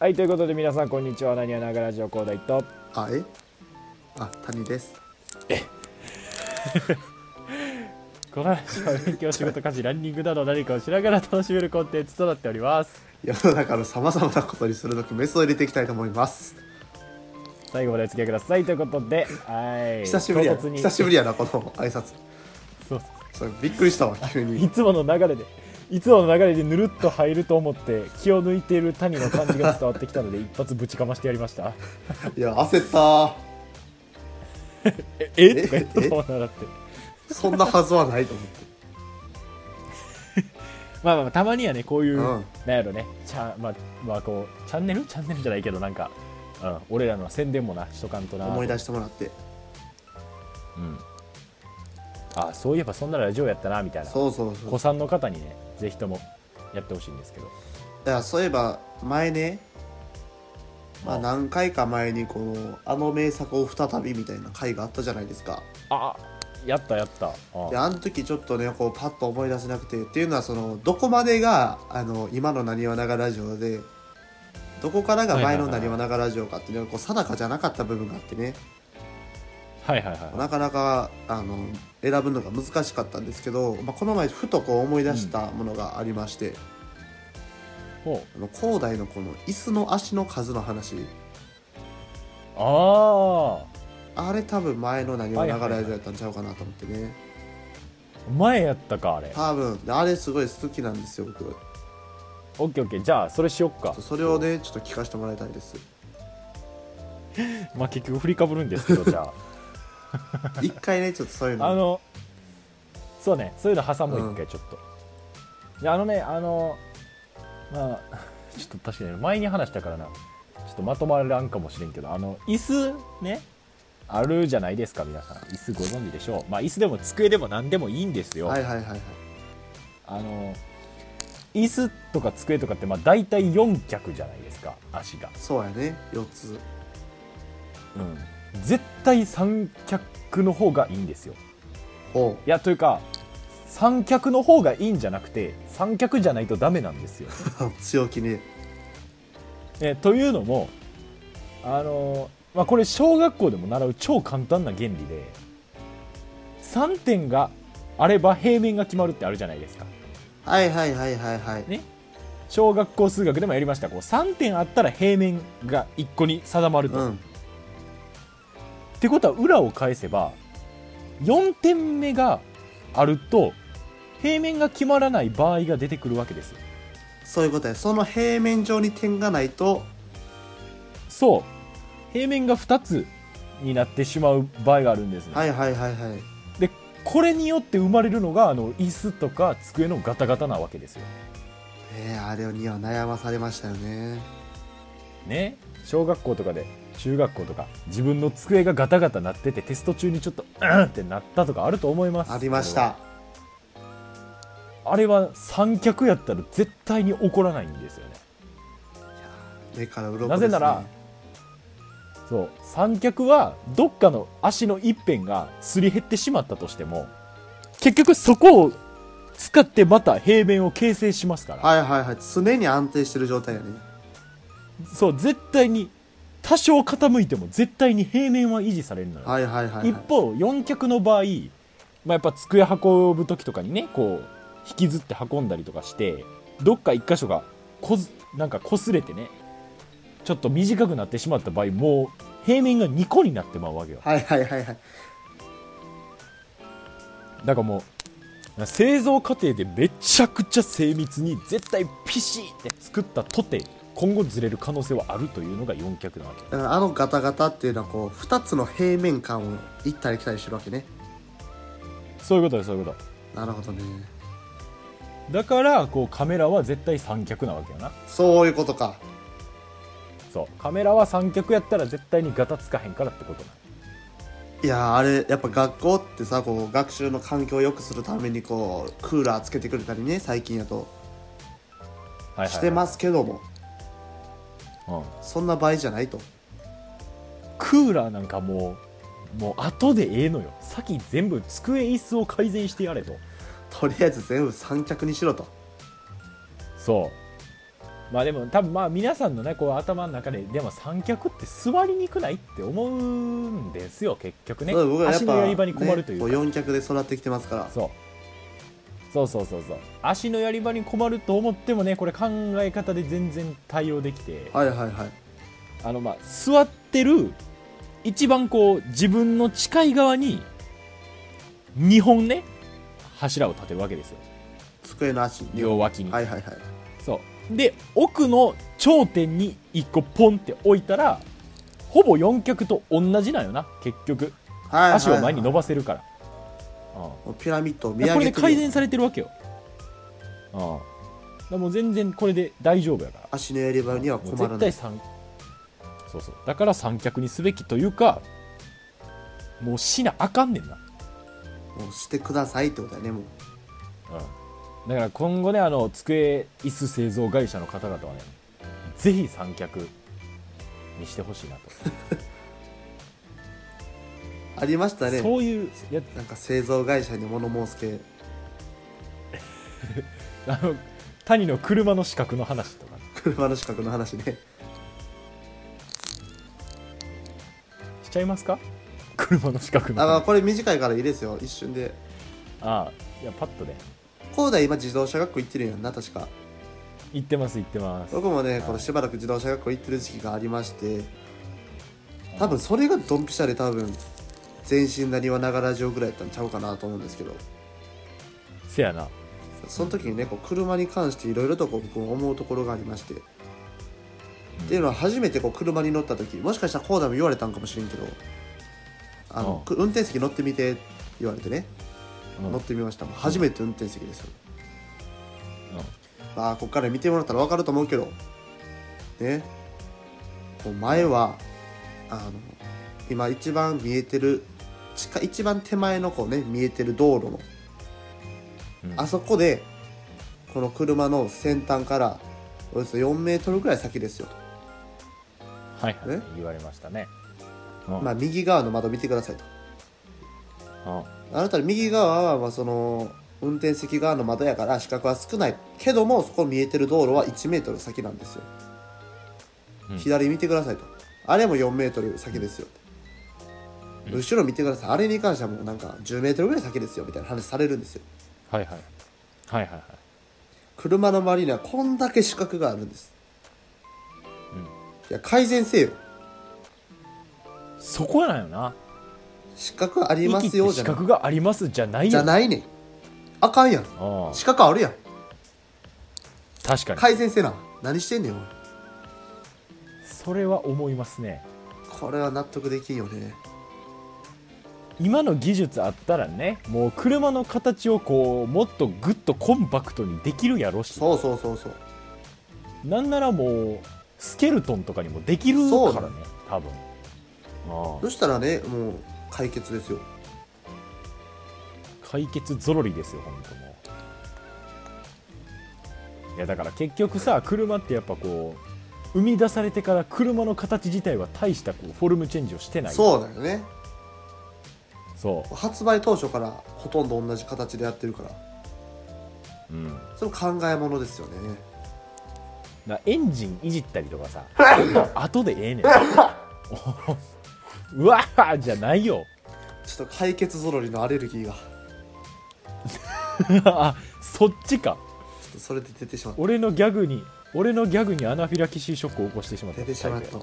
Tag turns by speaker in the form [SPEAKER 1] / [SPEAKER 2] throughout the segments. [SPEAKER 1] はいということで皆さんこんにちはなにわながラジオ高大と
[SPEAKER 2] あえあ谷です
[SPEAKER 1] この話は勉強仕事家事ランニングなど何かをしながら楽しめるコンテンツとなっております
[SPEAKER 2] 世の中のさまざまなことに鋭くメスを入れていきたいと思います
[SPEAKER 1] 最後までお付き合いくださいということではい
[SPEAKER 2] 久しぶりや
[SPEAKER 1] 唐突に
[SPEAKER 2] 久しぶりやなこの挨拶
[SPEAKER 1] そうそ
[SPEAKER 2] そうびっくりしたわ急
[SPEAKER 1] うい
[SPEAKER 2] に
[SPEAKER 1] つもの流れでいつもの流れでぬるっと入ると思って気を抜いている谷の感じが伝わってきたので一発ぶちかましてやりました
[SPEAKER 2] いや焦った
[SPEAKER 1] ええとか言ってたもんなだって
[SPEAKER 2] そんなはずはないと思 って
[SPEAKER 1] まあまあまあたまにはねこういう、
[SPEAKER 2] うん
[SPEAKER 1] なんやろねちゃまあまあこうチャンネルチャンネルじゃないけどなんか、うん、俺らの宣伝もなしとかんとな
[SPEAKER 2] 思い出してもらって
[SPEAKER 1] うん、あそういえばそんなラジオやったなみたいな
[SPEAKER 2] そうそうそう
[SPEAKER 1] 子さんの方にねぜひともやってほしいんですけど
[SPEAKER 2] いやそういえば前ね、まあ、
[SPEAKER 1] うん
[SPEAKER 2] 何回か前にこのあの名作を再びみたいな回があったじゃないですか
[SPEAKER 1] あやったやったあ
[SPEAKER 2] であの時ちょっとねこうパッと思い出せなくてっていうのはそのどこまでがあの今のなにわながラジオでどこからが前のなにわながラジオかっていうのはこう定かじゃなかった部分があってね
[SPEAKER 1] はいはいはい
[SPEAKER 2] なかなかあの選ぶのが難しかったんですけど、まあ、この前ふとこう思い出したものがありまして、
[SPEAKER 1] ほう
[SPEAKER 2] あの広大のこの椅子の足の数の話
[SPEAKER 1] あ
[SPEAKER 2] あれ多分前の何を流れラジオやったんちゃうかなと思ってね、
[SPEAKER 1] あ前やったかあれ
[SPEAKER 2] 多分であれすごい好きなんですよ僕ちょ
[SPEAKER 1] オッケーオッケーじゃあそれしよっか
[SPEAKER 2] っとそれをねちょっと聞かせてもらいたいです
[SPEAKER 1] まあ結局振りかぶるんですけどじゃあ
[SPEAKER 2] 一回ねちょっとそういうの
[SPEAKER 1] あのそうねそういうの挟も
[SPEAKER 2] う
[SPEAKER 1] うん一回ちょっと、いやあのねあのまあ ちょっと確かに前に話したからなちょっとまとまらんかもしれんけどあの椅子ねあるじゃないですか皆さん椅子ご存知でしょうまあ椅子でも机でも何でもいいんですよ、
[SPEAKER 2] はいはいはいはい
[SPEAKER 1] あの椅子とか机とかってまあ大体4脚じゃないですか足が、
[SPEAKER 2] そうやね4つ
[SPEAKER 1] うん、絶対三脚の方がいいんですよ
[SPEAKER 2] ほ
[SPEAKER 1] いやというか三脚の方がいいんじゃなくて三脚じゃないとダメなんですよ。
[SPEAKER 2] う 強気ね
[SPEAKER 1] えというのもあの、まあ、これ小学校でも習う超簡単な原理で3点があれば平面が決まるってあるじゃないですか
[SPEAKER 2] はいはいはいはいはい、
[SPEAKER 1] ね小学校数学でもやりましたこう3点あったら平面が1個に定まると。
[SPEAKER 2] う
[SPEAKER 1] っ
[SPEAKER 2] ん
[SPEAKER 1] てことは裏を返せば4点目があると平面が決まらない場合が出てくるわけですよ
[SPEAKER 2] そういうことやその平面上に点がないと
[SPEAKER 1] そう平面が2つになってしまう場合があるんですね、
[SPEAKER 2] はいはいはいはい
[SPEAKER 1] でこれによって生まれるのがあの椅子とか机のガタガタなわけですよ
[SPEAKER 2] えー、あれには悩まされましたよね
[SPEAKER 1] ね小学校とかで中学校とか自分の机がガタガタなっててテスト中にちょっとうんってなったとかあると思います
[SPEAKER 2] ありました
[SPEAKER 1] あれは三脚やったら絶対に起こらないんですよね
[SPEAKER 2] 目から鱗
[SPEAKER 1] なぜならそう三脚はどっかの足の一辺がすり減ってしまったとしても結局そこを使ってまた平面を形成しますから、
[SPEAKER 2] はいはいはい常に安定してる状態やね
[SPEAKER 1] そう絶対に多少傾いても絶対に平面は維持されるのよ、
[SPEAKER 2] はいはいはい、はい、
[SPEAKER 1] 一方四脚の場合、まあ、やっぱ机運ぶ時とかにねこう引きずって運んだりとかしてどっか一箇所がこずなんか擦れてねちょっと短くなってしまった場合もう平面が2個になってまうわけよ
[SPEAKER 2] はいはいはいはい
[SPEAKER 1] だからもう製造過程でめちゃくちゃ精密に絶対ピシーって作ったとて今後ずれる可能性はあるというのが四脚なわけ
[SPEAKER 2] だからあのガタガタっていうのはこう2つの平面感を行ったり来たりしてるわけね
[SPEAKER 1] そういうことですそういうこと
[SPEAKER 2] なるほどね
[SPEAKER 1] だからこうカメラは絶対三脚なわけよな
[SPEAKER 2] そういうことか
[SPEAKER 1] そうカメラは三脚やったら絶対にガタつかへんからってことない
[SPEAKER 2] やーあれやっぱ学校ってさこう学習の環境を良くするためにこうクーラーつけてくれたりね最近やと
[SPEAKER 1] はいはいはい
[SPEAKER 2] してますけども、
[SPEAKER 1] うん
[SPEAKER 2] そんな場合じゃないと
[SPEAKER 1] クーラーなんかもうもう後でええのよ先全部机椅子を改善してやれと
[SPEAKER 2] とりあえず全部三脚にしろと
[SPEAKER 1] そまあでも多分まあ皆さんのねこう頭の中ででも三脚って座りにくないって思うんですよ結局ね
[SPEAKER 2] だから僕はやっ
[SPEAKER 1] 足の
[SPEAKER 2] ぱ、
[SPEAKER 1] や
[SPEAKER 2] ね、
[SPEAKER 1] り場に困るという
[SPEAKER 2] こ
[SPEAKER 1] か、
[SPEAKER 2] う四脚で育ってきてますから
[SPEAKER 1] そうそうそうそうそう足のやり場に困ると思ってもねこれ考え方で全然対応できて、
[SPEAKER 2] はいはいはい
[SPEAKER 1] あのまあ座ってる一番こう自分の近い側に2本ね柱を立てるわけですよ
[SPEAKER 2] 机の足に
[SPEAKER 1] 両脇に、
[SPEAKER 2] はいはいはい
[SPEAKER 1] そうで奥の頂点に1個ポンって置いたらほぼ4脚と同じなんよな結局
[SPEAKER 2] はいはいはい
[SPEAKER 1] 足を前に伸ばせるから、うん
[SPEAKER 2] もうピラミッドを見
[SPEAKER 1] だから
[SPEAKER 2] 上
[SPEAKER 1] これで改
[SPEAKER 2] げてる
[SPEAKER 1] 善されてるわけよ、うん、だからもう全然これで大丈夫やから
[SPEAKER 2] 足のやり場には困
[SPEAKER 1] もう
[SPEAKER 2] ら
[SPEAKER 1] 絶
[SPEAKER 2] ない
[SPEAKER 1] 対三そうそうだから三脚にすべきというかもうしなあかんねんな、
[SPEAKER 2] もうしてくださいってことだねもう
[SPEAKER 1] うん、だから今後ねあの机椅子製造会社の方々はねぜひ三脚にしてほしいなと
[SPEAKER 2] ありましたね
[SPEAKER 1] そういうやつ
[SPEAKER 2] なんか製造会社に物申す系
[SPEAKER 1] あの谷の車の資格の話とか
[SPEAKER 2] 車の資格の話ね
[SPEAKER 1] しちゃいますか車の資格の
[SPEAKER 2] あまあ
[SPEAKER 1] 話
[SPEAKER 2] これ短いからいいですよ一瞬で
[SPEAKER 1] ああいやパッとね
[SPEAKER 2] 高大今自動車学校行ってるんやんな確か
[SPEAKER 1] 言ってます言ってます
[SPEAKER 2] 僕もねこのしばらく自動車学校行ってる時期がありまして多分それがドンピシャで多分全身なにわながらジオぐらいやったんちゃうかなと思うんですけど
[SPEAKER 1] せやな
[SPEAKER 2] その時にねこう車に関していろいろとこう僕も思うところがありましてっていうのは初めてこう車に乗った時もしかしたらこうだも言われたんかもしれんけどあの
[SPEAKER 1] うん
[SPEAKER 2] く運転席乗ってみてって言われてね
[SPEAKER 1] うん
[SPEAKER 2] 乗ってみましたもう初めて運転席ですよ
[SPEAKER 1] うん
[SPEAKER 2] まあここから見てもらったら分かると思うけどねこう前はあの今一番見えてる近一番手前のこうね見えてる道路の、
[SPEAKER 1] うん
[SPEAKER 2] あそこでこの車の先端からおよそ4メートルぐらい先ですよと、
[SPEAKER 1] はいはい
[SPEAKER 2] え
[SPEAKER 1] 言われましたねうん
[SPEAKER 2] まあ、右側の窓見てくださいと
[SPEAKER 1] うん
[SPEAKER 2] あなたの右側はまあその運転席側の窓やから視覚は少ないけどもそこ見えてる道路は1メートル先なんですよ、
[SPEAKER 1] うん
[SPEAKER 2] 左見てくださいとあれも4メートル先ですよ、
[SPEAKER 1] うん
[SPEAKER 2] 後ろ見てくださいあれに関してはもうなんか10メートルぐらい先ですよみたいな話されるんですよ
[SPEAKER 1] はいはいはいはいはい
[SPEAKER 2] 車の周りにはこんだけ視覚があるんです
[SPEAKER 1] うん
[SPEAKER 2] いや改善せよ
[SPEAKER 1] そこやなんよな
[SPEAKER 2] 視覚ありま
[SPEAKER 1] 息っ
[SPEAKER 2] す
[SPEAKER 1] て
[SPEAKER 2] よじ
[SPEAKER 1] 資
[SPEAKER 2] ゃない
[SPEAKER 1] 格がありますじゃないよ
[SPEAKER 2] じゃないねんあかんやん
[SPEAKER 1] あ
[SPEAKER 2] 視覚あるやん
[SPEAKER 1] あ確かに
[SPEAKER 2] 改善せな何してんねんおい
[SPEAKER 1] それは思いますね
[SPEAKER 2] これは納得できんよね
[SPEAKER 1] 今の技術あったらねもう車の形をこうもっとグッとコンパクトにできるやろし
[SPEAKER 2] そうそうそうそう
[SPEAKER 1] なんならもうスケルトンとかにもできる
[SPEAKER 2] そう
[SPEAKER 1] から
[SPEAKER 2] だ
[SPEAKER 1] ね多分ああ
[SPEAKER 2] そしたらねもう解決ですよ
[SPEAKER 1] 解決ぞろりですよ本当もういやだから結局さ車ってやっぱこう生み出されてから車の形自体は大したこうフォルムチェンジをしてない
[SPEAKER 2] そうだよね
[SPEAKER 1] そ
[SPEAKER 2] 発売当初からほとんど同じ形でやってるから
[SPEAKER 1] う、うん、
[SPEAKER 2] それも考えものですよね
[SPEAKER 1] だエンジンいじったりとか さそんなん後でええねん うわーじゃないよ
[SPEAKER 2] ちょっと解決ぞろりのアレルギーがちょ
[SPEAKER 1] あそっちか
[SPEAKER 2] っとそれで出てしまった
[SPEAKER 1] 俺のギャグに俺のギャグにアナフィラキシーショックを起こしてしまった
[SPEAKER 2] 出てしまったわ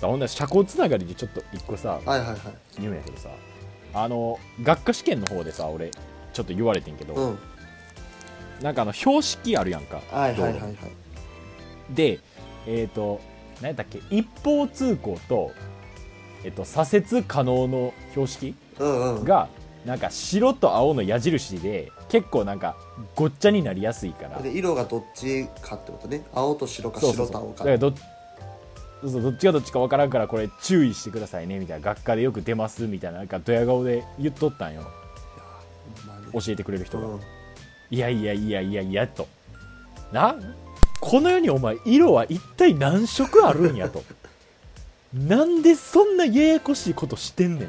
[SPEAKER 1] さあほんなら社交つながりでちょっと一個さ
[SPEAKER 2] はいはいはい
[SPEAKER 1] 言うんやけどさあの学科試験の方でさ俺ちょっと言われてんけど、
[SPEAKER 2] うん
[SPEAKER 1] なんかあの標識あるやんか、
[SPEAKER 2] はいはいはい
[SPEAKER 1] 道
[SPEAKER 2] はい
[SPEAKER 1] 路でえっ、と何やったっけ一方通行と、えっと左折可能の標識
[SPEAKER 2] うんうん
[SPEAKER 1] がなんか白と青の矢印で結構なんかごっちゃになりやすいから
[SPEAKER 2] で色がどっちかってことね青と白か
[SPEAKER 1] そう
[SPEAKER 2] 白
[SPEAKER 1] そうそう
[SPEAKER 2] と青
[SPEAKER 1] だ
[SPEAKER 2] か
[SPEAKER 1] からどっそうそうどっちがどっちか分からんからこれ注意してくださいねみたいな学科でよく出ますみたいななんかドヤ顔で言っとったんよ
[SPEAKER 2] ほんまに
[SPEAKER 1] 教えてくれる人が、
[SPEAKER 2] うん
[SPEAKER 1] いやいやいやいやいやとなこの世にお前色は一体何色あるんやとなんでそんなややこしいことしてんねんと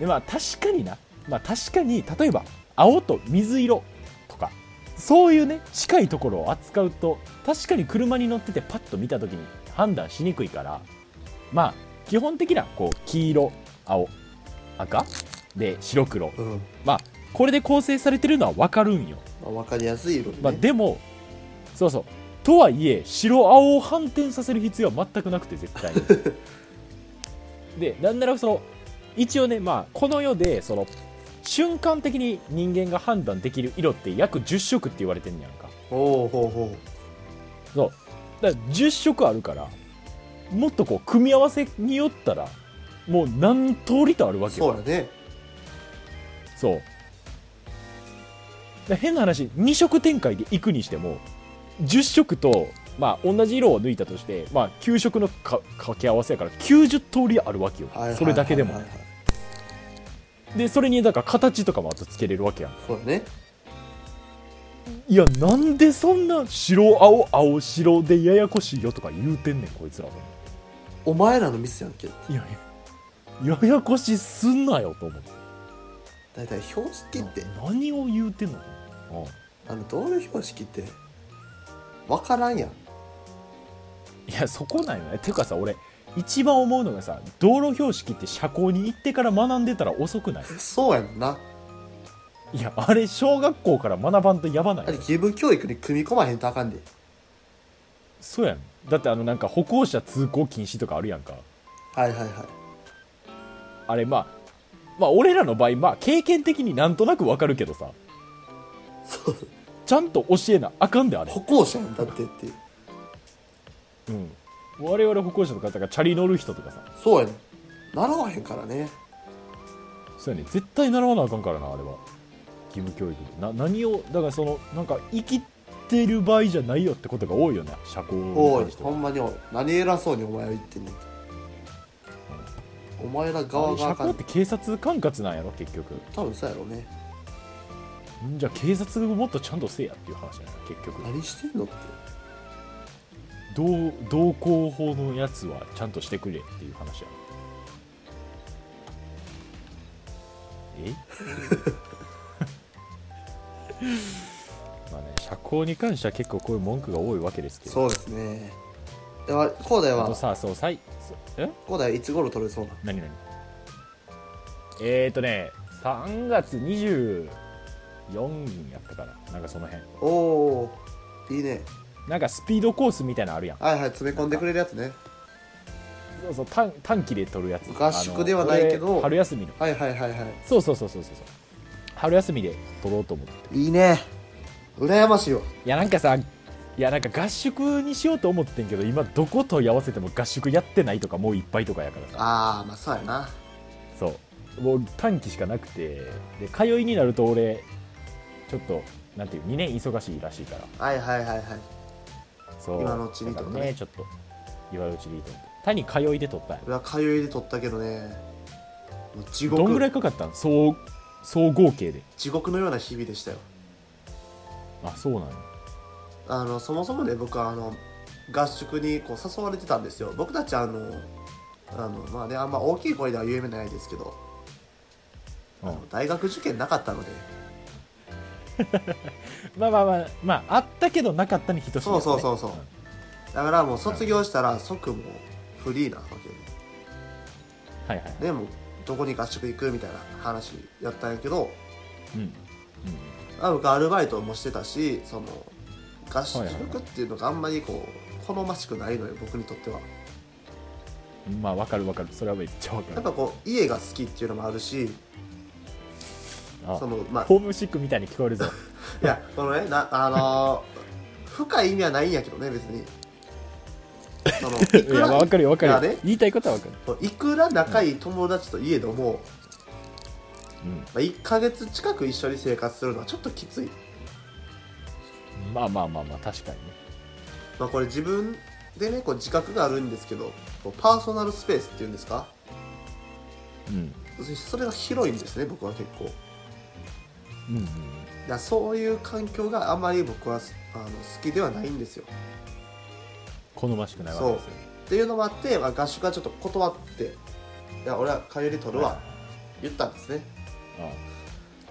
[SPEAKER 1] でまあ確かにな、まあ、確かに例えば青と水色そういうね近いところを扱うと確かに車に乗っててパッと見た時に判断しにくいからまあ基本的なこう黄色青赤で白黒
[SPEAKER 2] うん
[SPEAKER 1] まあこれで構成されてるのは分かるんよ、
[SPEAKER 2] まあ、分かりやすい色ね、
[SPEAKER 1] まあ、でもそうそうとはいえ白青を反転させる必要は全くなくて絶対にでなんならその一応ねまあこの世でその瞬間的に人間が判断できる色って約10色って言われてんやんか
[SPEAKER 2] ほうほうほ
[SPEAKER 1] そうだから10色あるからもっとこう組み合わせによったらもう何通りとあるわ
[SPEAKER 2] う
[SPEAKER 1] けよ
[SPEAKER 2] そうやね
[SPEAKER 1] そうだから変な話2色展開で行くにしても10色と、まあ、同じ色を抜いたとして、まあ、9色のか掛け合わせやから90通りあるわけよ、
[SPEAKER 2] はいはいはいはいはい
[SPEAKER 1] それだけでもでそれにだから形とかもあとつけれるわけやん
[SPEAKER 2] そうやね
[SPEAKER 1] いやなんでそんな白青青白でややこしいよとか言うてんねんこいつらも
[SPEAKER 2] お前らのミスやんけ
[SPEAKER 1] いやいやややこしすんなよと思って
[SPEAKER 2] 大体標識って
[SPEAKER 1] 何を言うてんのうん
[SPEAKER 2] あの道路標識って分からんや
[SPEAKER 1] い
[SPEAKER 2] ん
[SPEAKER 1] やそこなんよねていうかさ俺一番思うのがさ道路標識って車高に行ってから学んでたら遅くない
[SPEAKER 2] そうやんない
[SPEAKER 1] やあれ小学校から学ばんとやばない
[SPEAKER 2] あれ義務教育に組み込まへんとあかんで
[SPEAKER 1] そうやんだってあのなんか歩行者通行禁止とかあるやんか
[SPEAKER 2] はいはいはい
[SPEAKER 1] あれまあまあ俺らの場合まあ経験的になんとなくわかるけどさ
[SPEAKER 2] そう
[SPEAKER 1] ちゃんと教えなあかんであれ
[SPEAKER 2] 歩行者やんだってっていう
[SPEAKER 1] うん我々歩行者の方がチャリ乗る人とかさ
[SPEAKER 2] そうやねん習わへんからね
[SPEAKER 1] そうやね絶対習わなあかんからなあれは義務教育でな何をだからそのなんか生きてる場合じゃないよってことが多いよね社交
[SPEAKER 2] おい
[SPEAKER 1] に関して
[SPEAKER 2] ほ
[SPEAKER 1] は
[SPEAKER 2] んまにおい何偉そうにお前は言ってんねんお前ら
[SPEAKER 1] あ
[SPEAKER 2] 側
[SPEAKER 1] れ
[SPEAKER 2] が
[SPEAKER 1] 社
[SPEAKER 2] あか
[SPEAKER 1] 交
[SPEAKER 2] ん
[SPEAKER 1] って警察管轄なんやろ結局
[SPEAKER 2] 多分そうやろうね
[SPEAKER 1] んじゃあ警察もっとちゃんとせえやっていう話やな結局
[SPEAKER 2] 何してんのって
[SPEAKER 1] 道道交法のやつはちゃんとしてくれっていう話やえ まあね社交に関しては結構こういう文句が多いわけですけど
[SPEAKER 2] そうですねでは高大
[SPEAKER 1] あと
[SPEAKER 2] は
[SPEAKER 1] さそうさいそうえ
[SPEAKER 2] 高大はいつ頃取れそうな
[SPEAKER 1] 何何えーとね3月24やったかななんかその辺
[SPEAKER 2] のおおいいね
[SPEAKER 1] なんかスピードコースみたいなのあるやん
[SPEAKER 2] はいはい詰め込んでくれるやつね
[SPEAKER 1] そうそう短短期で取るやつ
[SPEAKER 2] 合宿ではないけど
[SPEAKER 1] あの俺春休みの
[SPEAKER 2] はいはいはいは
[SPEAKER 1] そうそうそうそうそうそう春休みで取ろうと思って
[SPEAKER 2] いいいね羨ましいわ
[SPEAKER 1] いやなんかさいやなんか合宿にしようと思ってんけど今どこ問い合わせても合宿やってないとかもういっぱいとかやからさ
[SPEAKER 2] ああまあそうやな
[SPEAKER 1] そうもう短期しかなくてで通いになると俺ちょっとなんていう2年忙しいらしいから
[SPEAKER 2] はいはいはいはい
[SPEAKER 1] そう
[SPEAKER 2] 今のうちにと
[SPEAKER 1] だ
[SPEAKER 2] かね
[SPEAKER 1] からねちょっと今のうちにと思って他に通いで取ったんや
[SPEAKER 2] 俺は通いで取ったけどねもう地獄
[SPEAKER 1] どんぐらいかかったん総総合計で
[SPEAKER 2] 地獄のような日々でしたよ
[SPEAKER 1] あそうなんや
[SPEAKER 2] あのそもそもね僕はあの合宿にこう誘われてたんですよ僕たちあのあのまあねあんま大きい声では有名ないですけど、
[SPEAKER 1] うん
[SPEAKER 2] あの大学受験なかったので
[SPEAKER 1] まあまあまあまああったけどなかったに等しいやつね、
[SPEAKER 2] そうそうそうそうだからもう卒業したら即もうフリーなわけで
[SPEAKER 1] んはいはい、
[SPEAKER 2] でもうどこに合宿行くみたいな話やったんやけど
[SPEAKER 1] うんうん、
[SPEAKER 2] あ僕アルバイトもしてたしその合宿
[SPEAKER 1] はいはいはい
[SPEAKER 2] っていうのがあんまりこう好ましくないのよ僕にとっては
[SPEAKER 1] うんまあわかるわかるそれはめっちゃわか
[SPEAKER 2] や
[SPEAKER 1] る
[SPEAKER 2] っ ぱこう家が好きっていうのもあるし
[SPEAKER 1] あ
[SPEAKER 2] そのまあ
[SPEAKER 1] ホームシックみたいに聞こえるぞ
[SPEAKER 2] いやそのねなあのー 深い意味はないんやけどね別に その い
[SPEAKER 1] い
[SPEAKER 2] く
[SPEAKER 1] や
[SPEAKER 2] ら
[SPEAKER 1] わかるよわか
[SPEAKER 2] い
[SPEAKER 1] る
[SPEAKER 2] や
[SPEAKER 1] よ
[SPEAKER 2] ね
[SPEAKER 1] 言いたいことはわかる
[SPEAKER 2] そういくら仲いい友達といえども、
[SPEAKER 1] うん
[SPEAKER 2] まあ、1ヶ月近く一緒に生活するのはちょっときつい
[SPEAKER 1] まあまあまあまあ確かにね
[SPEAKER 2] まあ、これ自分でねこう自覚があるんですけどこうパーソナルスペースっていうんですか
[SPEAKER 1] うん
[SPEAKER 2] それが広いんですね僕は結構だか
[SPEAKER 1] うんうん
[SPEAKER 2] らそういう環境があまり僕はあの好きではないんですよ
[SPEAKER 1] 好ましくないわけですよ
[SPEAKER 2] っていうのもあって、まあ、合宿はちょっと断って「いや俺は通いで取るわ」言ったんですね
[SPEAKER 1] あ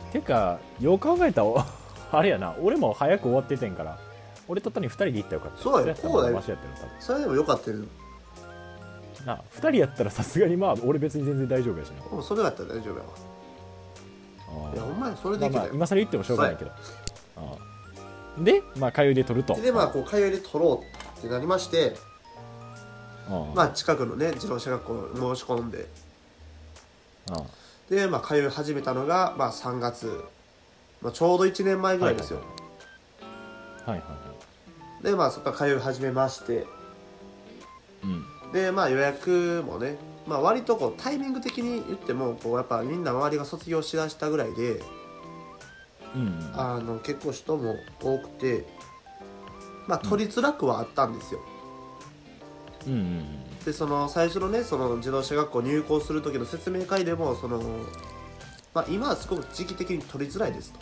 [SPEAKER 1] あてかよう考えたら あれやな俺も早く終わっててんから俺と谷2人で行ったらよかった
[SPEAKER 2] そうだよ
[SPEAKER 1] こう
[SPEAKER 2] こうだよ
[SPEAKER 1] マシやったの多
[SPEAKER 2] それでもよかったよ
[SPEAKER 1] 分なあ2人やったらさすがにまあ俺別に全然大丈夫やしな
[SPEAKER 2] もうそれだったら大丈夫やわ
[SPEAKER 1] あ
[SPEAKER 2] いやほんまにそれ
[SPEAKER 1] ま
[SPEAKER 2] で
[SPEAKER 1] あ
[SPEAKER 2] いけ
[SPEAKER 1] ま
[SPEAKER 2] た
[SPEAKER 1] あ
[SPEAKER 2] よ、
[SPEAKER 1] 今更言ってもしょうがないけどああでまあ通いで取ると
[SPEAKER 2] でまあこう通いで取ろうってなりまして、
[SPEAKER 1] あ
[SPEAKER 2] まあ、近くのね自動車学校申し込んで
[SPEAKER 1] ああ
[SPEAKER 2] で、まあ、通い始めたのが、まあ、3月、まあ、ちょうど1年前ぐらいですよ、
[SPEAKER 1] はいはいは
[SPEAKER 2] でまあそこから通い始めまして
[SPEAKER 1] いうん
[SPEAKER 2] でまあ予約もね、まあ、割とこうタイミング的に言ってもこうやっぱみんな周りが卒業しだしたぐらいで
[SPEAKER 1] うん
[SPEAKER 2] あの結構人も多くてまあ取りづらくはあったんですよ、
[SPEAKER 1] うんうん
[SPEAKER 2] でその最初のねその自動車学校入校する時の説明会でもその、まあ、今はすごく時期的に取りづらいですと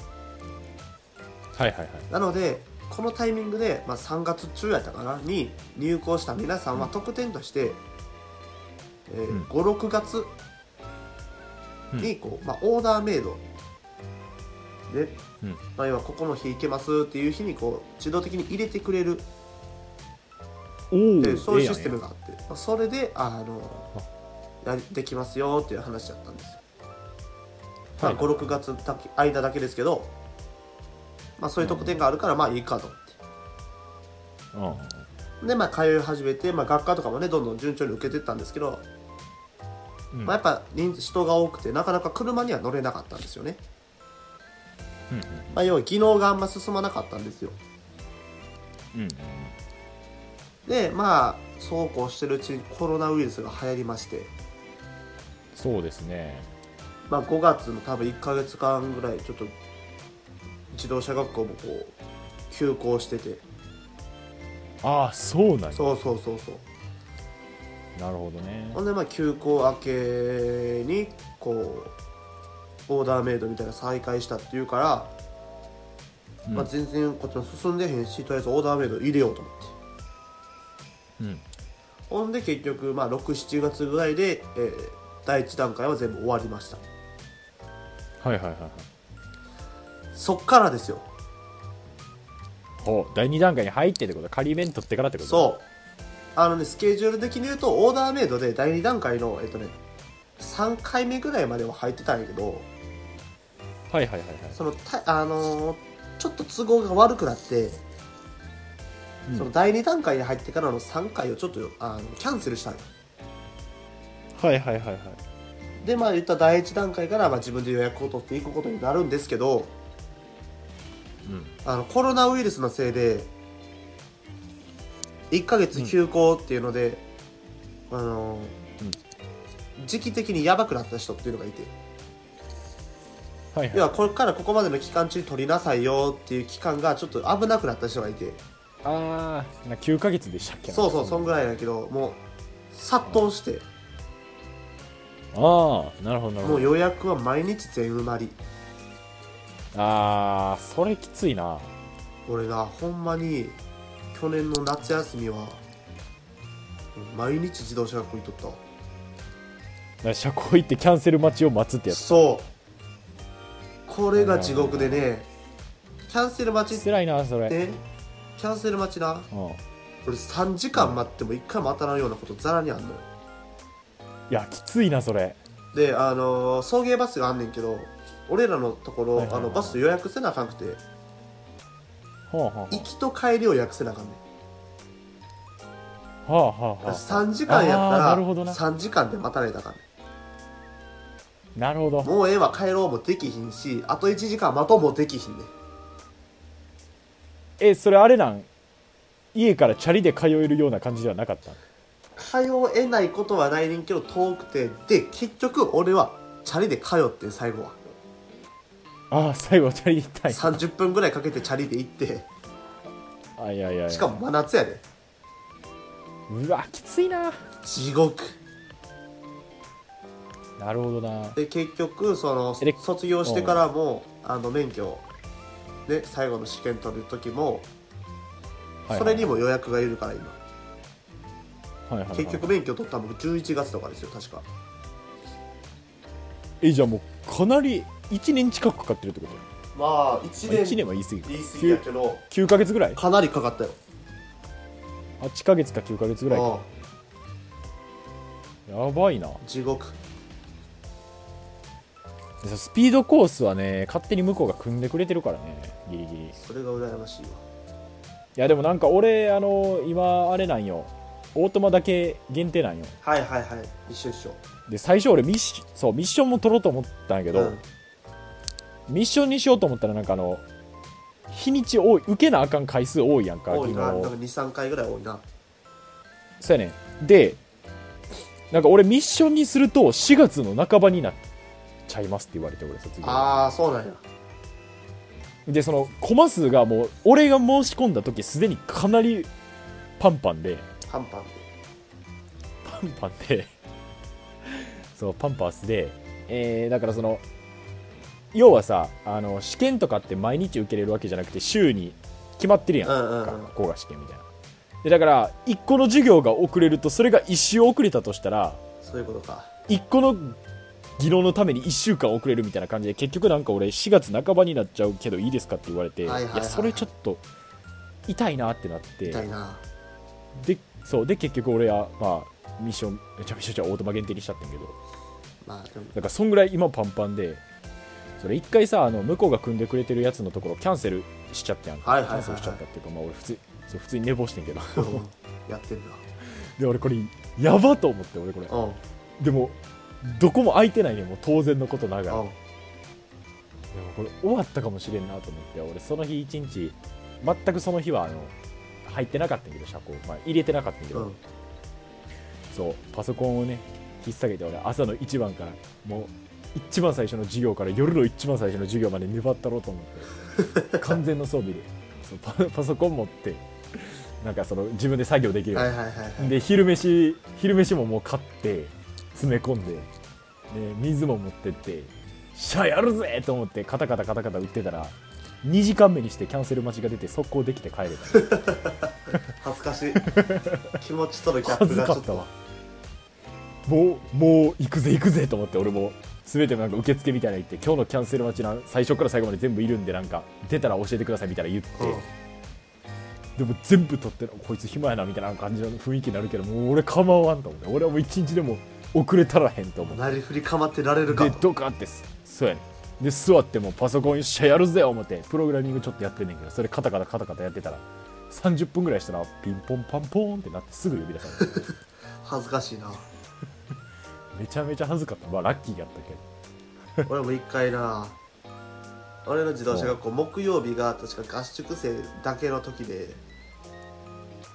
[SPEAKER 1] はいはいはい
[SPEAKER 2] なのでこのタイミングで、まあ、3月中やったかなに入校した皆さんは特典として、えー
[SPEAKER 1] うん
[SPEAKER 2] 56月にこう、まあ、オーダーメイドで、
[SPEAKER 1] うん
[SPEAKER 2] まあ、要はここの日行けますっていう日にこう自動的に入れてくれる
[SPEAKER 1] お
[SPEAKER 2] っていうそういうシステ
[SPEAKER 1] え
[SPEAKER 2] ムがあって、まあ、それであのやりできますよっていう話だったんですよ、ま
[SPEAKER 1] はい
[SPEAKER 2] あ、56月だけ間だけですけど、まあ、そういう特典があるからまあいいかと思っ
[SPEAKER 1] え
[SPEAKER 2] て。
[SPEAKER 1] やんうん
[SPEAKER 2] でまあ通い始めて、まあ、学科とかもねどんどん順調に受けてったんですけど、
[SPEAKER 1] うん
[SPEAKER 2] まあ、やっぱ人人が多くてなかなか車には乗れなかったんですよね、
[SPEAKER 1] うん
[SPEAKER 2] まあ、要は技能があんま進まなかったんですよ
[SPEAKER 1] うん
[SPEAKER 2] でまあそうこうしてるうちにコロナウイルスが流行りまして、
[SPEAKER 1] そうですね
[SPEAKER 2] まあ、5月の多分1ヶ月間ぐらいちょっと自動車学校もこう休校してて
[SPEAKER 1] ああそうなんや
[SPEAKER 2] そうそうそうそう
[SPEAKER 1] なるほどね
[SPEAKER 2] ほんでまあ休校明けにこうオーダーメイドみたいな再開したっていうから
[SPEAKER 1] うん
[SPEAKER 2] まあ、全然こっちも進んでへんしとりあえずオーダーメイド入れようと思って
[SPEAKER 1] うん
[SPEAKER 2] ほんで結局、まあ、67月ぐらいで、えー第1段階は全部終わりました
[SPEAKER 1] はいはいはいはい
[SPEAKER 2] そっからですよ
[SPEAKER 1] ほう第2段階に入ってってこと仮面取ってからってこと
[SPEAKER 2] そうあのねスケジュール的に言うとオーダーメイドで第2段階のえっとね3回目ぐらいまでは入ってたんやけど
[SPEAKER 1] はいはいはいはい
[SPEAKER 2] そのたあのーちょっと都合が悪くなって、
[SPEAKER 1] うん
[SPEAKER 2] その第2段階に入ってからの3回をちょっとあのキャンセルしたんよ
[SPEAKER 1] はいはいはいはい
[SPEAKER 2] でまあ言った第1段階から、まあ、自分で予約を取っていくことになるんですけど
[SPEAKER 1] うん
[SPEAKER 2] あのコロナウイルスのせいで1ヶ月休校っていうので、あの時期的にやばくなった人っていうのがいて
[SPEAKER 1] はいはい
[SPEAKER 2] 要はこれからここまでの期間中に取りなさいよっていう期間がちょっと危なくなった人がいて
[SPEAKER 1] ああな9ヶ月でしたっけ
[SPEAKER 2] そうそうそん
[SPEAKER 1] う
[SPEAKER 2] ぐらいだけどもう殺到して
[SPEAKER 1] ああなるほどなる
[SPEAKER 2] も
[SPEAKER 1] ほ
[SPEAKER 2] う
[SPEAKER 1] ど
[SPEAKER 2] 予約は毎日全埋まり
[SPEAKER 1] ああそれきついな
[SPEAKER 2] 俺がほんまに去年の夏休みは毎日自動車学校にとったわ
[SPEAKER 1] だから車庫行ってキャンセル待ちを待つってやつ
[SPEAKER 2] そうこれが地獄でねキャンセル待ちっ
[SPEAKER 1] 辛いなそれ
[SPEAKER 2] てキャンセル待ちな
[SPEAKER 1] うん
[SPEAKER 2] 俺3時間待っても1回も当たらんようなことざらにあんのよ
[SPEAKER 1] いやきついなそれ
[SPEAKER 2] であのー送迎バスがあんねんけど俺らのところ、
[SPEAKER 1] はいはいはい
[SPEAKER 2] あのバス予約せなあかんくて
[SPEAKER 1] ほうほう
[SPEAKER 2] 行きと帰りを予約せなあかんねん
[SPEAKER 1] ほうはあはあはあ
[SPEAKER 2] 3時間やった
[SPEAKER 1] あーな
[SPEAKER 2] ら
[SPEAKER 1] るほどな
[SPEAKER 2] 3時間で待たれたからね
[SPEAKER 1] なるほど
[SPEAKER 2] もうええわ帰ろうもできひんしあと1時間待とうもできひんねん
[SPEAKER 1] えそれあれなん家からチャリで通えるような感じではなかった
[SPEAKER 2] 通えないことはないねんけど遠くてで結局俺はチャリで通ってん最後は、
[SPEAKER 1] ああ最後チャリで行ったんや
[SPEAKER 2] 30分ぐらいかけてチャリで行って
[SPEAKER 1] あいやいやいや
[SPEAKER 2] しかも真夏やで
[SPEAKER 1] うわきついな
[SPEAKER 2] 地獄
[SPEAKER 1] なるほどな
[SPEAKER 2] で結局その
[SPEAKER 1] えで
[SPEAKER 2] 卒業してからもあの免許で最後の試験取る時も
[SPEAKER 1] はいはい
[SPEAKER 2] それにも予約がいるから今
[SPEAKER 1] はいはいはい
[SPEAKER 2] 結局免許取ったの僕11月とかですよ確か
[SPEAKER 1] えじゃあもうかなり1年近くかかってるってこと
[SPEAKER 2] ま
[SPEAKER 1] まあ
[SPEAKER 2] あ1年
[SPEAKER 1] 1年は言い過ぎか
[SPEAKER 2] 言い過ぎやけど
[SPEAKER 1] 9ヶ月ぐらい
[SPEAKER 2] かなりかかったよ
[SPEAKER 1] 8ヶ月か9ヶ月ぐらいか
[SPEAKER 2] ああ
[SPEAKER 1] やばいな
[SPEAKER 2] 地獄
[SPEAKER 1] でさスピードコースはね勝手に向こうが組んでくれてるからねギリギリい
[SPEAKER 2] それが羨ましいわ
[SPEAKER 1] やでもなんか俺あの今あれなんよオートマだけ限定なんよ
[SPEAKER 2] はいはいはい一緒一緒
[SPEAKER 1] で最初俺ミッシそうミッションも取ろうと思ったんやけど、
[SPEAKER 2] うん
[SPEAKER 1] ミッションにしようと思ったらなんかあの日にち多い受けなあかん回数多いやんか
[SPEAKER 2] 多いななんか
[SPEAKER 1] 昨日
[SPEAKER 2] 23回ぐらい多いな
[SPEAKER 1] そうやねんでなんか俺ミッションにすると4月の半ばになっちゃいますって言われて俺卒業
[SPEAKER 2] ああそうなんや
[SPEAKER 1] でそのコマ数がもう俺が申し込んだ時すでにかなりパンパンで
[SPEAKER 2] パンパンで
[SPEAKER 1] パンパンで そうパンパースで、えーだからその要はさあの試験とかって毎日受けれるわけじゃなくて週に決まってるやん,、
[SPEAKER 2] うんうんうん
[SPEAKER 1] 学校が試験みたいなでだから1個の授業が遅れるとそれが1週遅れたとしたら
[SPEAKER 2] そういうことか
[SPEAKER 1] 1個の技能のために1週間遅れるみたいな感じで結局なんか俺4月半ばになっちゃうけどいいですかって言われて、
[SPEAKER 2] はいはいはいはい
[SPEAKER 1] やそれちょっと痛いなってなって
[SPEAKER 2] 痛いな
[SPEAKER 1] でそうで結局俺はまあミッションめちゃめちゃオートマ限定にしちゃってんけど
[SPEAKER 2] まあでも
[SPEAKER 1] だからそんぐらい今パンパンでそれ一回さあの向こうが組んでくれてるやつのところキャンセルしちゃったやんか、
[SPEAKER 2] はいはいはいはい
[SPEAKER 1] キャンセルしちゃったっていうかまあ俺普通そう普通に寝坊してんけど
[SPEAKER 2] うんやってる
[SPEAKER 1] で俺これやばと思って俺これ
[SPEAKER 2] なうん
[SPEAKER 1] でもどこも空いてないねんもう当然のことながらでも
[SPEAKER 2] うん
[SPEAKER 1] これ終わったかもしれんなと思って俺その日一日全くその日はあの入ってなかったんやけど車庫、まあ、入れてなかったんやけど、
[SPEAKER 2] うん
[SPEAKER 1] そうパソコンをね引っ提げて俺朝の一番からもう一番最初の授業から夜の一番最初の授業まで粘ったろうと思って 完全の装備でそうパ パソコン持ってなんかその自分で作業できるよう
[SPEAKER 2] は
[SPEAKER 1] に
[SPEAKER 2] いはいはいはい
[SPEAKER 1] で昼飯昼飯ももう買って詰め込んでで水も持ってってしゃあやるぜと思ってカタカタカタカタ打ってたら2時間目にしてキャンセル待ちが出て速攻できて帰れた
[SPEAKER 2] 恥ずかしい気持ちとのギャ
[SPEAKER 1] 恥
[SPEAKER 2] ップ
[SPEAKER 1] ず
[SPEAKER 2] がち
[SPEAKER 1] か
[SPEAKER 2] ょ
[SPEAKER 1] っ
[SPEAKER 2] った
[SPEAKER 1] わ
[SPEAKER 2] と
[SPEAKER 1] もうもう行くぜ行くぜと思って俺も全てなんか受付みたいなの行って今日のキャンセル待ちな最初から最後まで全部いるんでなんか出たら教えてくださいみたいな言って、
[SPEAKER 2] うん
[SPEAKER 1] でも全部取ってこいつ暇やなみたいな感じの雰囲気になるけどもう俺構わんと思って俺はもう一日でも遅れたらへんと思って
[SPEAKER 2] なりふり構ってられるか
[SPEAKER 1] で
[SPEAKER 2] と
[SPEAKER 1] ドカってすそうやねんで座ってもうパソコン一社やるぜ思ってプログラミングちょっとやってんねんけどそれカタカタカタカタやってたら30分ぐらいしたらピンポンパンポーンってなってすぐ呼び出されて
[SPEAKER 2] 恥ずかしいな
[SPEAKER 1] めちゃめちゃ恥ずかったまあラッキーやったけど
[SPEAKER 2] 俺も一回な俺の自動車学校木曜日が確か合宿生だけの時で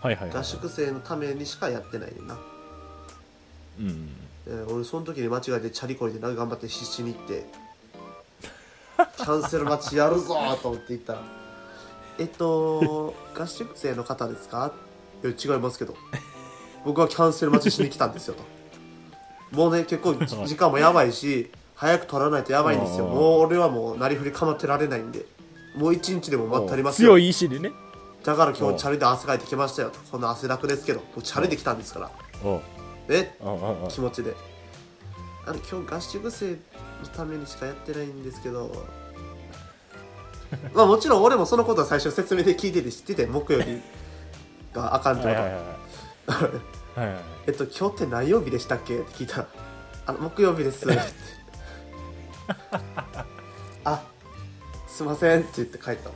[SPEAKER 1] はいはい、はい
[SPEAKER 2] 合、宿生のためにしかやってないねんな
[SPEAKER 1] うん
[SPEAKER 2] えー俺その時に間違えてチャリこいでな頑張って必死に行って キャンセル待ちやるぞーと思って行ったら「えっ と合宿生の方ですか?」いや違いますけど僕はキャンセル待ちしに来たんですよともうね結構じ時間もやばいし早く取らないとやばいんですよ
[SPEAKER 1] うん
[SPEAKER 2] もう俺はもうなりふり構ってられないんでもう一日でも待ったりますよ
[SPEAKER 1] 強い意志でね
[SPEAKER 2] だから今
[SPEAKER 1] うん
[SPEAKER 2] 日チャリで汗かいてきましたよとそんな汗だくですけどもうチャリで来たんですから
[SPEAKER 1] うん
[SPEAKER 2] え
[SPEAKER 1] うんうんうん
[SPEAKER 2] 気持ちであの今日合宿生のためにしかやってないんです けどまあもちろん俺もそのことは最初説明で聞いてて知ってて木曜日があかんって
[SPEAKER 1] は
[SPEAKER 2] こ
[SPEAKER 1] い
[SPEAKER 2] と
[SPEAKER 1] はいはいはいはいはい
[SPEAKER 2] えっと今日って何曜日でしたっけって聞いたら「あの木曜 日です」ってあすいません」って言って帰ったの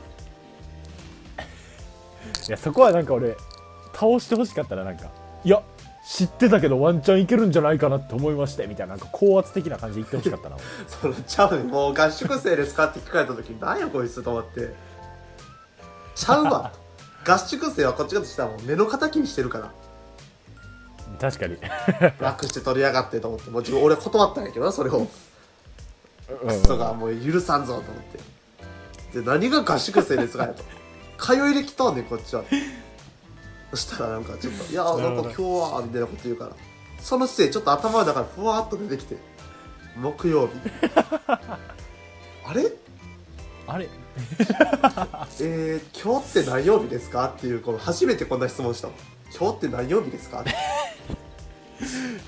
[SPEAKER 1] いやそこはなんか俺倒してほしかったらなんかいや知ってたけどワンチャンいけるんじゃないかなって思いましてみたいななんか高圧的な感じで言ってほしかったな
[SPEAKER 2] そのちゃうねもう合宿生ですかって聞かれた時なんやこいつと思ってちゃうわ と合宿生はこっちかとしたらもう目の敵にしてるから
[SPEAKER 1] 確かに、
[SPEAKER 2] 楽して取りやがってと思ってもう自分俺断ったんやけどなそれを
[SPEAKER 1] うん
[SPEAKER 2] クソがもう許さんぞと思ってで何が合宿生ですかやと通いで来たんねんこっちはそしたらなんかちょっと「いやなん
[SPEAKER 1] るほど
[SPEAKER 2] か今日は」みたいなこと言うからその姿勢ちょっと頭の中にふわっと出てきて木曜 日あれ
[SPEAKER 1] あれ
[SPEAKER 2] えー、今日って何曜日ですかっていうこの初めてこんな質問したもん今日って何曜日ですか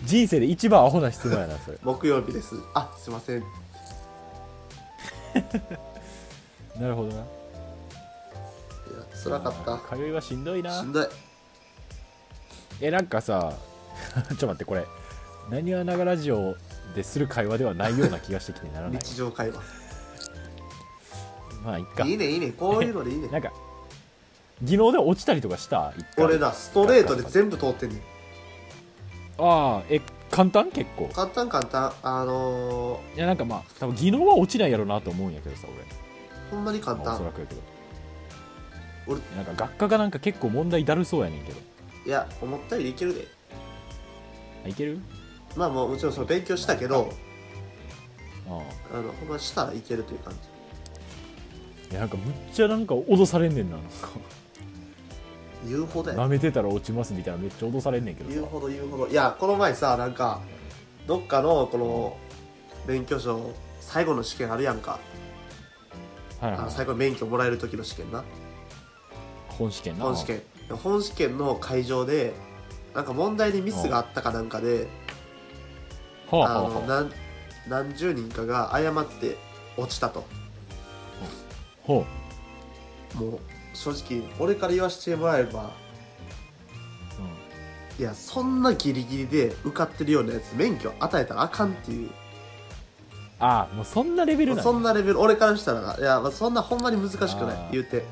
[SPEAKER 1] 人生で一番アホな質問やなそれ
[SPEAKER 2] 木曜日ですあすいません
[SPEAKER 1] なるほどない
[SPEAKER 2] や辛かっ
[SPEAKER 1] あー通いはしんどい
[SPEAKER 2] た
[SPEAKER 1] な
[SPEAKER 2] しんどい
[SPEAKER 1] えなんかさ ちょっと待ってこれなにわながラジオでする会話ではないような気がしてきてな らない
[SPEAKER 2] 日常会話
[SPEAKER 1] まあいっか
[SPEAKER 2] いいねいいねこういうのでいいね
[SPEAKER 1] なんか技能で落ちたりとかした一回
[SPEAKER 2] 俺だストレートで全部通ってんねん
[SPEAKER 1] ああえ簡単結構
[SPEAKER 2] 簡単簡単あの
[SPEAKER 1] いやなんかまあ多分技能は落ちないやろうなと思うんやけどさ俺
[SPEAKER 2] ー、ほんまに簡
[SPEAKER 1] まあおそ
[SPEAKER 2] 単
[SPEAKER 1] らくやけど
[SPEAKER 2] 俺
[SPEAKER 1] いやなんか学科がなんか結構問題だるそうやねんけど
[SPEAKER 2] いや思ったよりいけるで
[SPEAKER 1] あいける
[SPEAKER 2] まあもうもちろんその勉強したけど
[SPEAKER 1] ああ
[SPEAKER 2] あのほんましたらいけるという感じ
[SPEAKER 1] いやなんかむっちゃなんか脅されんねんななんか
[SPEAKER 2] 言うほどや
[SPEAKER 1] 舐めてたら落ちますみたいなめっちゃ脅されんねんけど
[SPEAKER 2] 言う
[SPEAKER 1] さ
[SPEAKER 2] ほど言うほどいやこの前さなんかどっかのこの免許証最後の試験あるやんか
[SPEAKER 1] はい
[SPEAKER 2] あの
[SPEAKER 1] は
[SPEAKER 2] 最後に免許もらえる時の試験ない
[SPEAKER 1] 本試験な
[SPEAKER 2] 本試験本試験の会場でなんか問題にミスがあったかなんかで
[SPEAKER 1] はあ
[SPEAKER 2] あ
[SPEAKER 1] はあ
[SPEAKER 2] の
[SPEAKER 1] はあ
[SPEAKER 2] 何何十人かが誤って落ちたと
[SPEAKER 1] ほ
[SPEAKER 2] もう正直俺から言わせてもらえば
[SPEAKER 1] う、うん
[SPEAKER 2] いやそんなギリギリで受かってるようなやつ免許与えたらあかんっていう
[SPEAKER 1] ああもうそんなレベルなんや
[SPEAKER 2] そんなレベル俺からしたらないやまあそんなほんまに難しくな
[SPEAKER 1] あ
[SPEAKER 2] い
[SPEAKER 1] ー
[SPEAKER 2] 言うて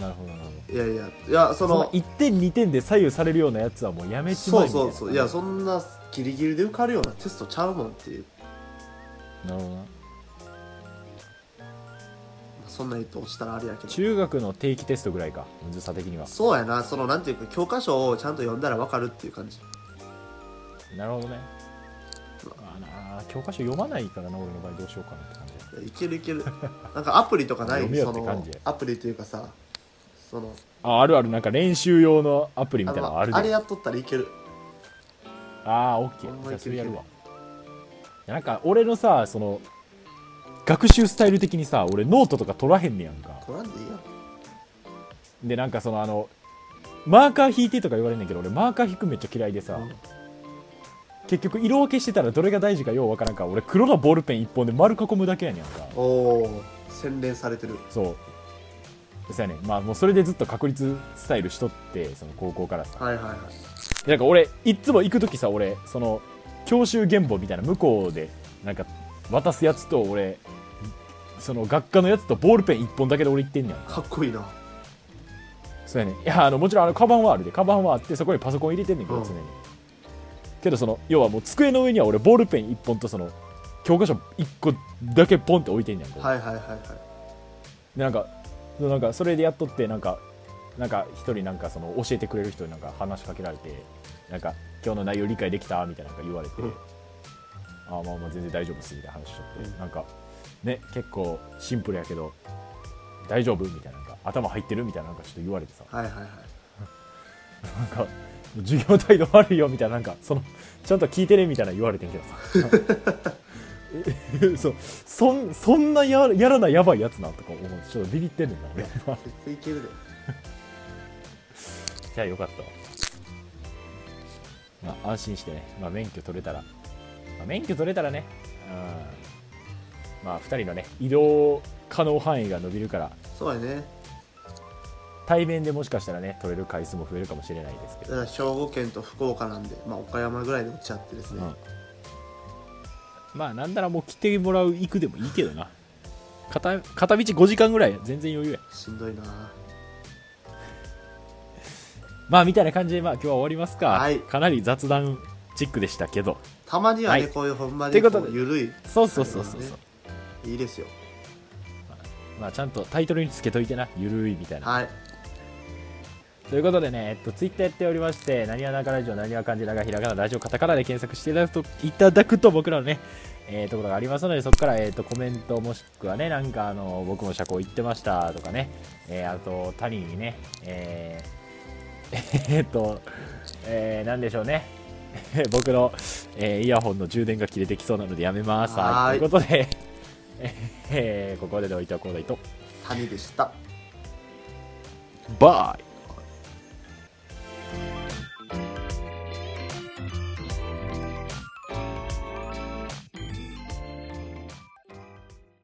[SPEAKER 1] なるほどなるほど
[SPEAKER 2] いやいやいやそ
[SPEAKER 1] その
[SPEAKER 2] の
[SPEAKER 1] 1点2点で左右されるようなやつはもうやめちまえみ
[SPEAKER 2] そう
[SPEAKER 1] たい
[SPEAKER 2] そ
[SPEAKER 1] な
[SPEAKER 2] うそういやそんなギリギリで受かるようなテストちゃうもんっていう、
[SPEAKER 1] なるほどな
[SPEAKER 2] まあそんな言って落ちたらあれやけど
[SPEAKER 1] 中学の定期テストぐらいかむずさ的には
[SPEAKER 2] そうやなそのなんていうか教科書をちゃんと読んだら分かるっていう感じ
[SPEAKER 1] なるほどねまあなあ教科書読まないからな俺の場合どうしようかなって感じ
[SPEAKER 2] いやいけるいけるなんかアプリとかない
[SPEAKER 1] 読めよ
[SPEAKER 2] そ
[SPEAKER 1] って
[SPEAKER 2] の
[SPEAKER 1] 感じや
[SPEAKER 2] アプリというかさその
[SPEAKER 1] ああるあるなんか練習用のアプリみ
[SPEAKER 2] あ
[SPEAKER 1] たいな
[SPEAKER 2] の
[SPEAKER 1] の
[SPEAKER 2] あ
[SPEAKER 1] あるで
[SPEAKER 2] れやっとったらいける
[SPEAKER 1] ああオッケ
[SPEAKER 2] ほん
[SPEAKER 1] ーじゃ
[SPEAKER 2] まに
[SPEAKER 1] あそれやるわいやなんか俺のさその学習スタイル的にさ俺ノートとか取らへんねやんか
[SPEAKER 2] 取らんでいいやん
[SPEAKER 1] でなんかそのあのマーカー引いてとか言われんねんけど俺マーカー引くんめっちゃ嫌いでさ、
[SPEAKER 2] うん
[SPEAKER 1] 結局色分けしてたらどれが大事かようわからんから俺黒のボールペン1本で丸囲むだけやねんか
[SPEAKER 2] おお洗練されてる
[SPEAKER 1] そうそうやねんまあもうそれでずっと確率スタイルしとってその高校からさ
[SPEAKER 2] はいはいはい
[SPEAKER 1] でなんか俺いっつも行く時さ俺その教習原本みたいな向こうでなんか渡すやつと俺その学科のやつとボールペン1本だけで俺行ってんねん
[SPEAKER 2] かっこいいな
[SPEAKER 1] そうやねんいやあのもちろんあのカバンはあるでカバンはあってそこにパソコン入れてんねんけど
[SPEAKER 2] うん
[SPEAKER 1] 常に、けどその要はもう机の上には俺ボールペン1本とその教科書1個だけポンって置いてんねんこう
[SPEAKER 2] はいはいはいはい
[SPEAKER 1] でなんかそうなんかそれでやっとってなんかなんか一人なんかその教えてくれる人になんか話しかけられてなんか今日の内容理解できたみたいななんか言われて、
[SPEAKER 2] うん
[SPEAKER 1] ああまあまあ全然大丈夫っすみたいな話しとって、
[SPEAKER 2] うん
[SPEAKER 1] なんかね結構シンプルやけど大丈夫みたいななんか頭入ってるみたいななんかちょっと言われてさ
[SPEAKER 2] はいはいはい
[SPEAKER 1] なんか授業態度悪いよみたいななんかそのちゃんと聞いてねみたいな言われてんけどさ えそうそんそんなややらなやばいやつなんとか思うちょっとビビってんねんな俺
[SPEAKER 2] 絶対いけるで
[SPEAKER 1] じゃあよかったわまあ、安心してね、まあ、免許取れたら、まあ、免許取れたらね、うんまあ、2人のね移動可能範囲が伸びるから
[SPEAKER 2] そうやね
[SPEAKER 1] 対面でもしかしたらね取れる回数も増えるかもしれないですけ
[SPEAKER 2] だ
[SPEAKER 1] ど、
[SPEAKER 2] から兵庫県と福岡なんで、まあ、岡山ぐらいで落ちちゃってですね、
[SPEAKER 1] うんまあなんならもう来てもらう行くでもいいけどな片片道5時間ぐらい全然余裕や
[SPEAKER 2] しんどいな
[SPEAKER 1] まあみたいな感じでまあ今日は終わりますか、
[SPEAKER 2] はい
[SPEAKER 1] かなり雑談チックでしたけど
[SPEAKER 2] たまにはね、
[SPEAKER 1] はい
[SPEAKER 2] こういうほんま
[SPEAKER 1] とい
[SPEAKER 2] に
[SPEAKER 1] うこ
[SPEAKER 2] ことう
[SPEAKER 1] で
[SPEAKER 2] 緩い
[SPEAKER 1] そうそうそうそうそう、
[SPEAKER 2] ねいいですよ
[SPEAKER 1] まあちゃんとタイトルにつけといてなゆるいみたいな
[SPEAKER 2] はい
[SPEAKER 1] ということでね、えっと、ツイッターやっておりまして、なにわなかラジオ、なにわ漢字ながひらがな、ラジオカタカナで検索していただくと、いただくと僕らのね、えーところがありますので、そこから、えーと、コメントもしくはね、なんか、あの、僕も社交行ってましたとかね、えーあと、他人にね、えー、え ーと、えーなんでしょうね、 僕の、えーイヤホンの充電が切れてきそうなのでやめます。
[SPEAKER 2] は
[SPEAKER 1] は
[SPEAKER 2] ーい
[SPEAKER 1] い。ということで、 えーここまででおいておこうだいと、
[SPEAKER 2] 谷でした
[SPEAKER 1] バイ